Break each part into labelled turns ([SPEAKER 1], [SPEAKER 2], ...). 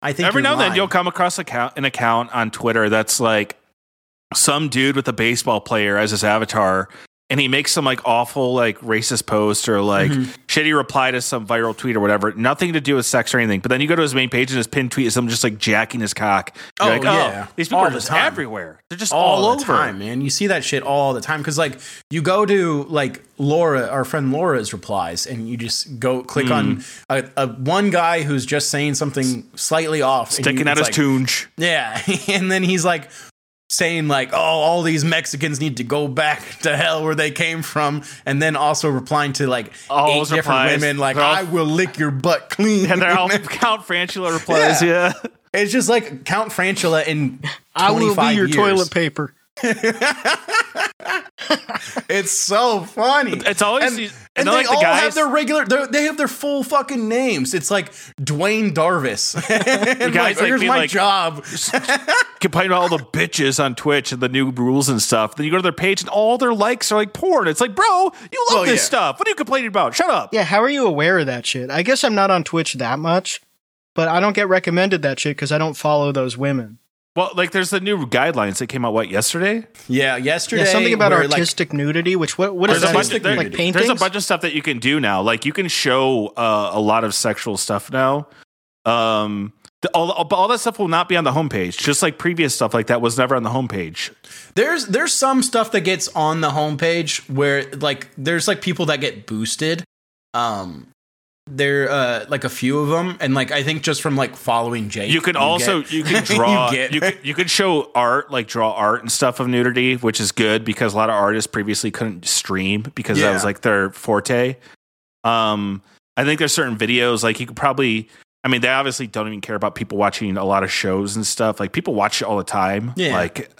[SPEAKER 1] I think
[SPEAKER 2] Every
[SPEAKER 1] you're
[SPEAKER 2] now and then
[SPEAKER 1] lying.
[SPEAKER 2] you'll come across account, an account on Twitter that's like some dude with a baseball player as his avatar, and he makes some like awful like racist post or like
[SPEAKER 1] Mm-hmm.
[SPEAKER 2] shitty reply to some viral tweet or whatever. Nothing to do with sex or anything. But then you go to his main page and his pinned tweet is him just like jacking his cock. You're
[SPEAKER 1] Oh,
[SPEAKER 2] like,
[SPEAKER 1] yeah.
[SPEAKER 2] these people
[SPEAKER 1] All
[SPEAKER 2] are
[SPEAKER 1] the
[SPEAKER 2] just
[SPEAKER 1] time.
[SPEAKER 2] everywhere. They're just
[SPEAKER 1] all,
[SPEAKER 2] all, over.
[SPEAKER 1] the time, man. You see that shit all the time because like you go to like Laura, our friend Laura's replies, and you just go click
[SPEAKER 2] Mm.
[SPEAKER 1] on a, a one guy who's just saying something slightly off, and
[SPEAKER 2] Sticking
[SPEAKER 1] you-
[SPEAKER 2] out
[SPEAKER 1] it's
[SPEAKER 2] his
[SPEAKER 1] like,
[SPEAKER 2] toonge.
[SPEAKER 1] Yeah, and then he's like saying like, "Oh, all these Mexicans need to go back to hell where they came from," and then also replying to like
[SPEAKER 2] All
[SPEAKER 1] eight
[SPEAKER 2] those
[SPEAKER 1] different
[SPEAKER 2] replies.
[SPEAKER 1] women like,
[SPEAKER 2] They're all-
[SPEAKER 1] "I will lick your butt clean."
[SPEAKER 2] And they're all Count Franchula replies, yeah.
[SPEAKER 1] it's just like Count Franchula in
[SPEAKER 3] I will be
[SPEAKER 1] 25
[SPEAKER 3] your
[SPEAKER 1] years.
[SPEAKER 3] toilet paper.
[SPEAKER 1] It's so funny.
[SPEAKER 2] It's always
[SPEAKER 1] and,
[SPEAKER 2] these-
[SPEAKER 1] and
[SPEAKER 2] and they're
[SPEAKER 1] they
[SPEAKER 2] like the
[SPEAKER 1] all have
[SPEAKER 2] guys-
[SPEAKER 1] their regular. they're- They have their full fucking names. It's like Dwayne Darvis. and like,
[SPEAKER 2] guys, like,
[SPEAKER 1] here's
[SPEAKER 2] being
[SPEAKER 1] my
[SPEAKER 2] like-
[SPEAKER 1] job.
[SPEAKER 2] complain about all the bitches on Twitch and the new rules and stuff. Then you go to their page and all their likes are like porn. It's like, bro, you love
[SPEAKER 1] Well,
[SPEAKER 2] this
[SPEAKER 1] yeah.
[SPEAKER 2] stuff. What are you complaining about? Shut up.
[SPEAKER 3] Yeah, how are you aware of that shit? I guess I'm not on Twitch that much, but I don't get recommended that shit because I don't follow those women.
[SPEAKER 2] Well, like there's the new guidelines that came out what yesterday.
[SPEAKER 1] Yeah, yesterday.
[SPEAKER 3] yeah, something about
[SPEAKER 1] where, like,
[SPEAKER 3] artistic nudity. Which what what is
[SPEAKER 2] There's a
[SPEAKER 3] that?
[SPEAKER 2] bunch of- there-
[SPEAKER 3] like paintings.
[SPEAKER 2] There's a bunch of stuff that you can do now. Like you can show uh, a lot of sexual stuff now. Um, the, all, all- but all that stuff will not be on the homepage. Just like previous stuff like that was never on the homepage.
[SPEAKER 1] There's there's some stuff that gets on the homepage where like there's like people that get boosted. Um there uh like a few of them and like I think just from like following Jake.
[SPEAKER 2] You can also
[SPEAKER 1] get-
[SPEAKER 2] you can draw
[SPEAKER 1] you
[SPEAKER 2] you,
[SPEAKER 1] get-
[SPEAKER 2] can, you can show art like draw art and stuff of nudity, which is good because a lot of artists previously couldn't stream because that was
[SPEAKER 1] Yeah.
[SPEAKER 2] like their forte. Um, I think there's certain videos like you could probably. I mean, they obviously don't even care about people watching a lot of shows and stuff. Like people watch it all the time.
[SPEAKER 1] Yeah.
[SPEAKER 2] Like,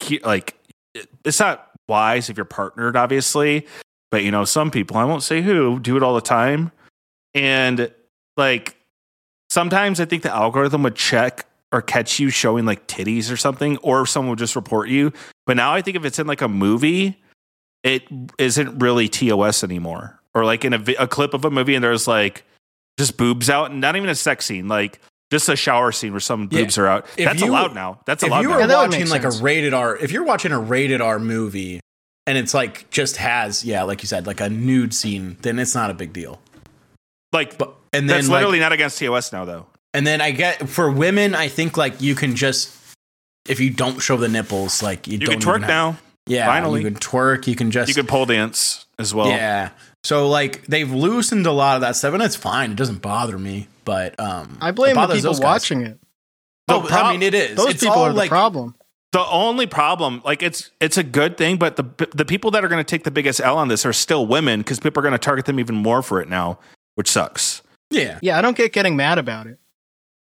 [SPEAKER 2] he- like it- it's not wise if you're partnered, obviously. But you know, some people I won't say who do it all the time, and like sometimes I think the algorithm would check or catch you showing like titties or something, or someone would just report you. But now I think if it's in like a movie, it isn't really TOS anymore. Or like in a, vi- a clip of a movie and there's like just boobs out and not even a sex scene, like just a shower scene where some
[SPEAKER 1] Yeah.
[SPEAKER 2] boobs are out.
[SPEAKER 1] If
[SPEAKER 2] That's
[SPEAKER 1] you-
[SPEAKER 2] allowed now. That's
[SPEAKER 1] if
[SPEAKER 2] allowed
[SPEAKER 1] you
[SPEAKER 2] now.
[SPEAKER 1] were
[SPEAKER 3] Yeah, that would
[SPEAKER 1] watching
[SPEAKER 3] make
[SPEAKER 1] like a
[SPEAKER 3] sense.
[SPEAKER 1] rated R if you're watching a rated R movie and it's like just has yeah, like you said, like a nude scene, then it's not a big deal.
[SPEAKER 2] like
[SPEAKER 1] But and then
[SPEAKER 2] that's
[SPEAKER 1] like,
[SPEAKER 2] literally not against TOS now though.
[SPEAKER 1] And then I get for women, I think like you can just if you don't show the nipples, like you,
[SPEAKER 2] You
[SPEAKER 1] don't
[SPEAKER 2] can twerk
[SPEAKER 1] even have-
[SPEAKER 2] now.
[SPEAKER 1] Yeah,
[SPEAKER 2] finally.
[SPEAKER 1] you can twerk. You can just
[SPEAKER 2] You can pole dance as well.
[SPEAKER 1] yeah. So like they've loosened a lot of that stuff, and it's fine. It doesn't bother me, but um,
[SPEAKER 3] I
[SPEAKER 1] it
[SPEAKER 3] blame the
[SPEAKER 1] bothers
[SPEAKER 3] people
[SPEAKER 1] those guys.
[SPEAKER 3] watching it.
[SPEAKER 1] Oh,
[SPEAKER 2] The
[SPEAKER 1] I
[SPEAKER 2] prob-
[SPEAKER 1] mean, it is.
[SPEAKER 3] Those
[SPEAKER 1] It's
[SPEAKER 3] people
[SPEAKER 1] all,
[SPEAKER 3] are the
[SPEAKER 1] like,
[SPEAKER 3] problem.
[SPEAKER 2] The only problem, like it's it's a good thing, but the the people that are going to take the biggest L on this are still women because people are going to target them even more for it now, which sucks.
[SPEAKER 1] Yeah,
[SPEAKER 3] Yeah, I don't get getting mad about it.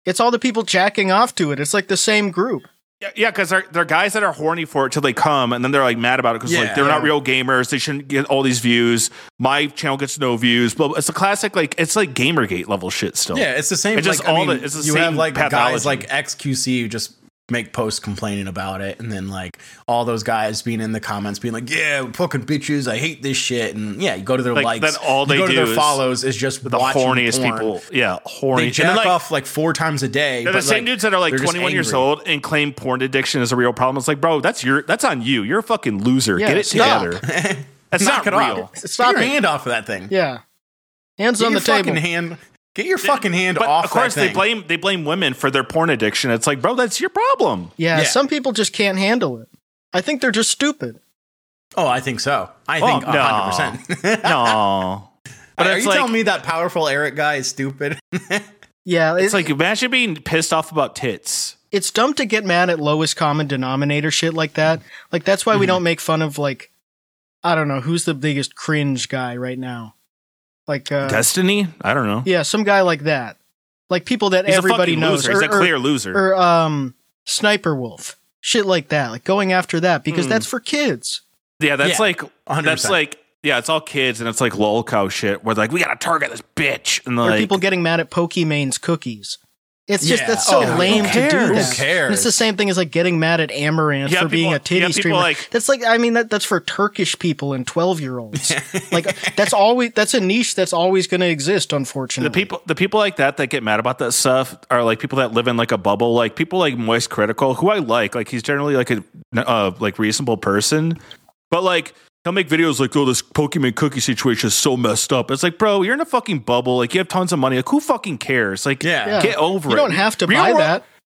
[SPEAKER 3] It's all the people jacking off to it. It's like the same group.
[SPEAKER 2] Yeah, Yeah, because they're, they're guys that are horny for it till they come, and then they're like mad about it because
[SPEAKER 1] Yeah.
[SPEAKER 2] like they're not
[SPEAKER 3] Yeah.
[SPEAKER 2] real gamers. They shouldn't get all these views. My channel gets no views. But it's a classic like it's like GamerGate level shit still.
[SPEAKER 1] yeah. It's the same.
[SPEAKER 2] It's
[SPEAKER 1] like,
[SPEAKER 2] just
[SPEAKER 1] I
[SPEAKER 2] all
[SPEAKER 1] mean,
[SPEAKER 2] the- it's the
[SPEAKER 1] you
[SPEAKER 2] same
[SPEAKER 1] have like guys
[SPEAKER 2] pathology.
[SPEAKER 1] like XQC who just make posts complaining about it, and then like all those guys being in the comments being like, "Yeah, fucking bitches, I hate this shit," and yeah, you go to their
[SPEAKER 2] Like,
[SPEAKER 1] likes.
[SPEAKER 2] then all
[SPEAKER 1] you
[SPEAKER 2] they
[SPEAKER 1] go to
[SPEAKER 2] do
[SPEAKER 1] their
[SPEAKER 2] is
[SPEAKER 1] follows is just
[SPEAKER 2] the
[SPEAKER 1] watching
[SPEAKER 2] horniest
[SPEAKER 1] porn.
[SPEAKER 2] people. Yeah, horny.
[SPEAKER 1] They
[SPEAKER 2] And then,
[SPEAKER 1] jack
[SPEAKER 2] like,
[SPEAKER 1] off like four times a day.
[SPEAKER 2] They're
[SPEAKER 1] but,
[SPEAKER 2] the same
[SPEAKER 1] like,
[SPEAKER 2] dudes that are like
[SPEAKER 1] they're just
[SPEAKER 2] 21 years
[SPEAKER 1] angry.
[SPEAKER 2] old and claim porn addiction is a real problem. It's like, bro, that's your that's on you. You're a fucking loser.
[SPEAKER 3] Yeah,
[SPEAKER 2] Get it
[SPEAKER 3] stop.
[SPEAKER 2] together. That's
[SPEAKER 1] Knock
[SPEAKER 2] not
[SPEAKER 1] it off.
[SPEAKER 2] real.
[SPEAKER 3] Stop
[SPEAKER 1] get
[SPEAKER 3] it.
[SPEAKER 1] your hand off of that thing.
[SPEAKER 3] Yeah. Hands
[SPEAKER 1] Get
[SPEAKER 3] on
[SPEAKER 1] your
[SPEAKER 3] the
[SPEAKER 1] fucking
[SPEAKER 3] table.
[SPEAKER 1] hand. Get your fucking hand
[SPEAKER 2] But
[SPEAKER 1] off.
[SPEAKER 2] of course,
[SPEAKER 1] that
[SPEAKER 2] they
[SPEAKER 1] thing.
[SPEAKER 2] blame they blame women for their porn addiction. It's like, bro, that's your problem.
[SPEAKER 3] yeah,
[SPEAKER 1] Yeah.
[SPEAKER 3] some people just can't handle it. I think they're just stupid.
[SPEAKER 1] Oh, I think so. I
[SPEAKER 2] Oh,
[SPEAKER 1] think
[SPEAKER 2] no.
[SPEAKER 1] hundred percent.
[SPEAKER 2] No.
[SPEAKER 1] But
[SPEAKER 2] But
[SPEAKER 1] are
[SPEAKER 2] it's
[SPEAKER 1] you
[SPEAKER 2] like-
[SPEAKER 1] telling me that powerful Eric guy is stupid?
[SPEAKER 3] Yeah,
[SPEAKER 2] It's
[SPEAKER 3] it's like
[SPEAKER 2] like imagine being pissed off about tits.
[SPEAKER 3] it's dumb to get mad at lowest common denominator shit like that. Like that's
[SPEAKER 2] Mm-hmm.
[SPEAKER 3] why we don't make fun of like I don't know who's the biggest cringe guy right now. Like uh,
[SPEAKER 2] Destiny? I don't know.
[SPEAKER 3] yeah, some guy like that. Like people that
[SPEAKER 2] He's
[SPEAKER 3] everybody
[SPEAKER 2] a fucking
[SPEAKER 3] knows.
[SPEAKER 2] loser. He's
[SPEAKER 1] Er,
[SPEAKER 3] or-
[SPEAKER 2] a clear loser.
[SPEAKER 3] or, or um, sniper wolf shit like that. Like going after that because
[SPEAKER 2] Hmm.
[SPEAKER 3] that's for kids.
[SPEAKER 2] yeah,
[SPEAKER 1] Yeah,
[SPEAKER 2] that's like
[SPEAKER 1] 100%.
[SPEAKER 2] that's like yeah, it's all kids and it's like lolcow shit. Where like we gotta target this bitch and
[SPEAKER 3] Or
[SPEAKER 2] like
[SPEAKER 3] people getting mad at Pokemane's cookies. It's just
[SPEAKER 1] Yeah.
[SPEAKER 3] that's so
[SPEAKER 1] Oh, yeah.
[SPEAKER 3] lame
[SPEAKER 2] Who
[SPEAKER 3] to do
[SPEAKER 2] cares?
[SPEAKER 3] that.
[SPEAKER 2] Who
[SPEAKER 1] cares?
[SPEAKER 3] And it's the same thing as like getting mad at Amaranth
[SPEAKER 2] You
[SPEAKER 3] for
[SPEAKER 2] have
[SPEAKER 3] being
[SPEAKER 2] people-
[SPEAKER 3] a titty
[SPEAKER 2] you have people
[SPEAKER 3] streamer.
[SPEAKER 2] like-
[SPEAKER 3] that's like I mean that that's for Turkish people and twelve year olds. like that's always that's a niche that's always going to exist. Unfortunately,
[SPEAKER 2] The people, the people like that that get mad about that stuff are like people that live in like a bubble. Like people like Moist Critical, who I like. Like he's generally like a uh, like reasonable person, but like he'll make videos like, "Oh, this Pokemon cookie situation is so messed up." It's like, bro, you're in a fucking bubble. Like you have tons of money. Like who fucking cares? Like
[SPEAKER 1] Yeah.
[SPEAKER 3] Yeah.
[SPEAKER 2] get over
[SPEAKER 3] You
[SPEAKER 2] it.
[SPEAKER 3] don't have to
[SPEAKER 2] Real
[SPEAKER 3] buy
[SPEAKER 2] world-
[SPEAKER 3] that.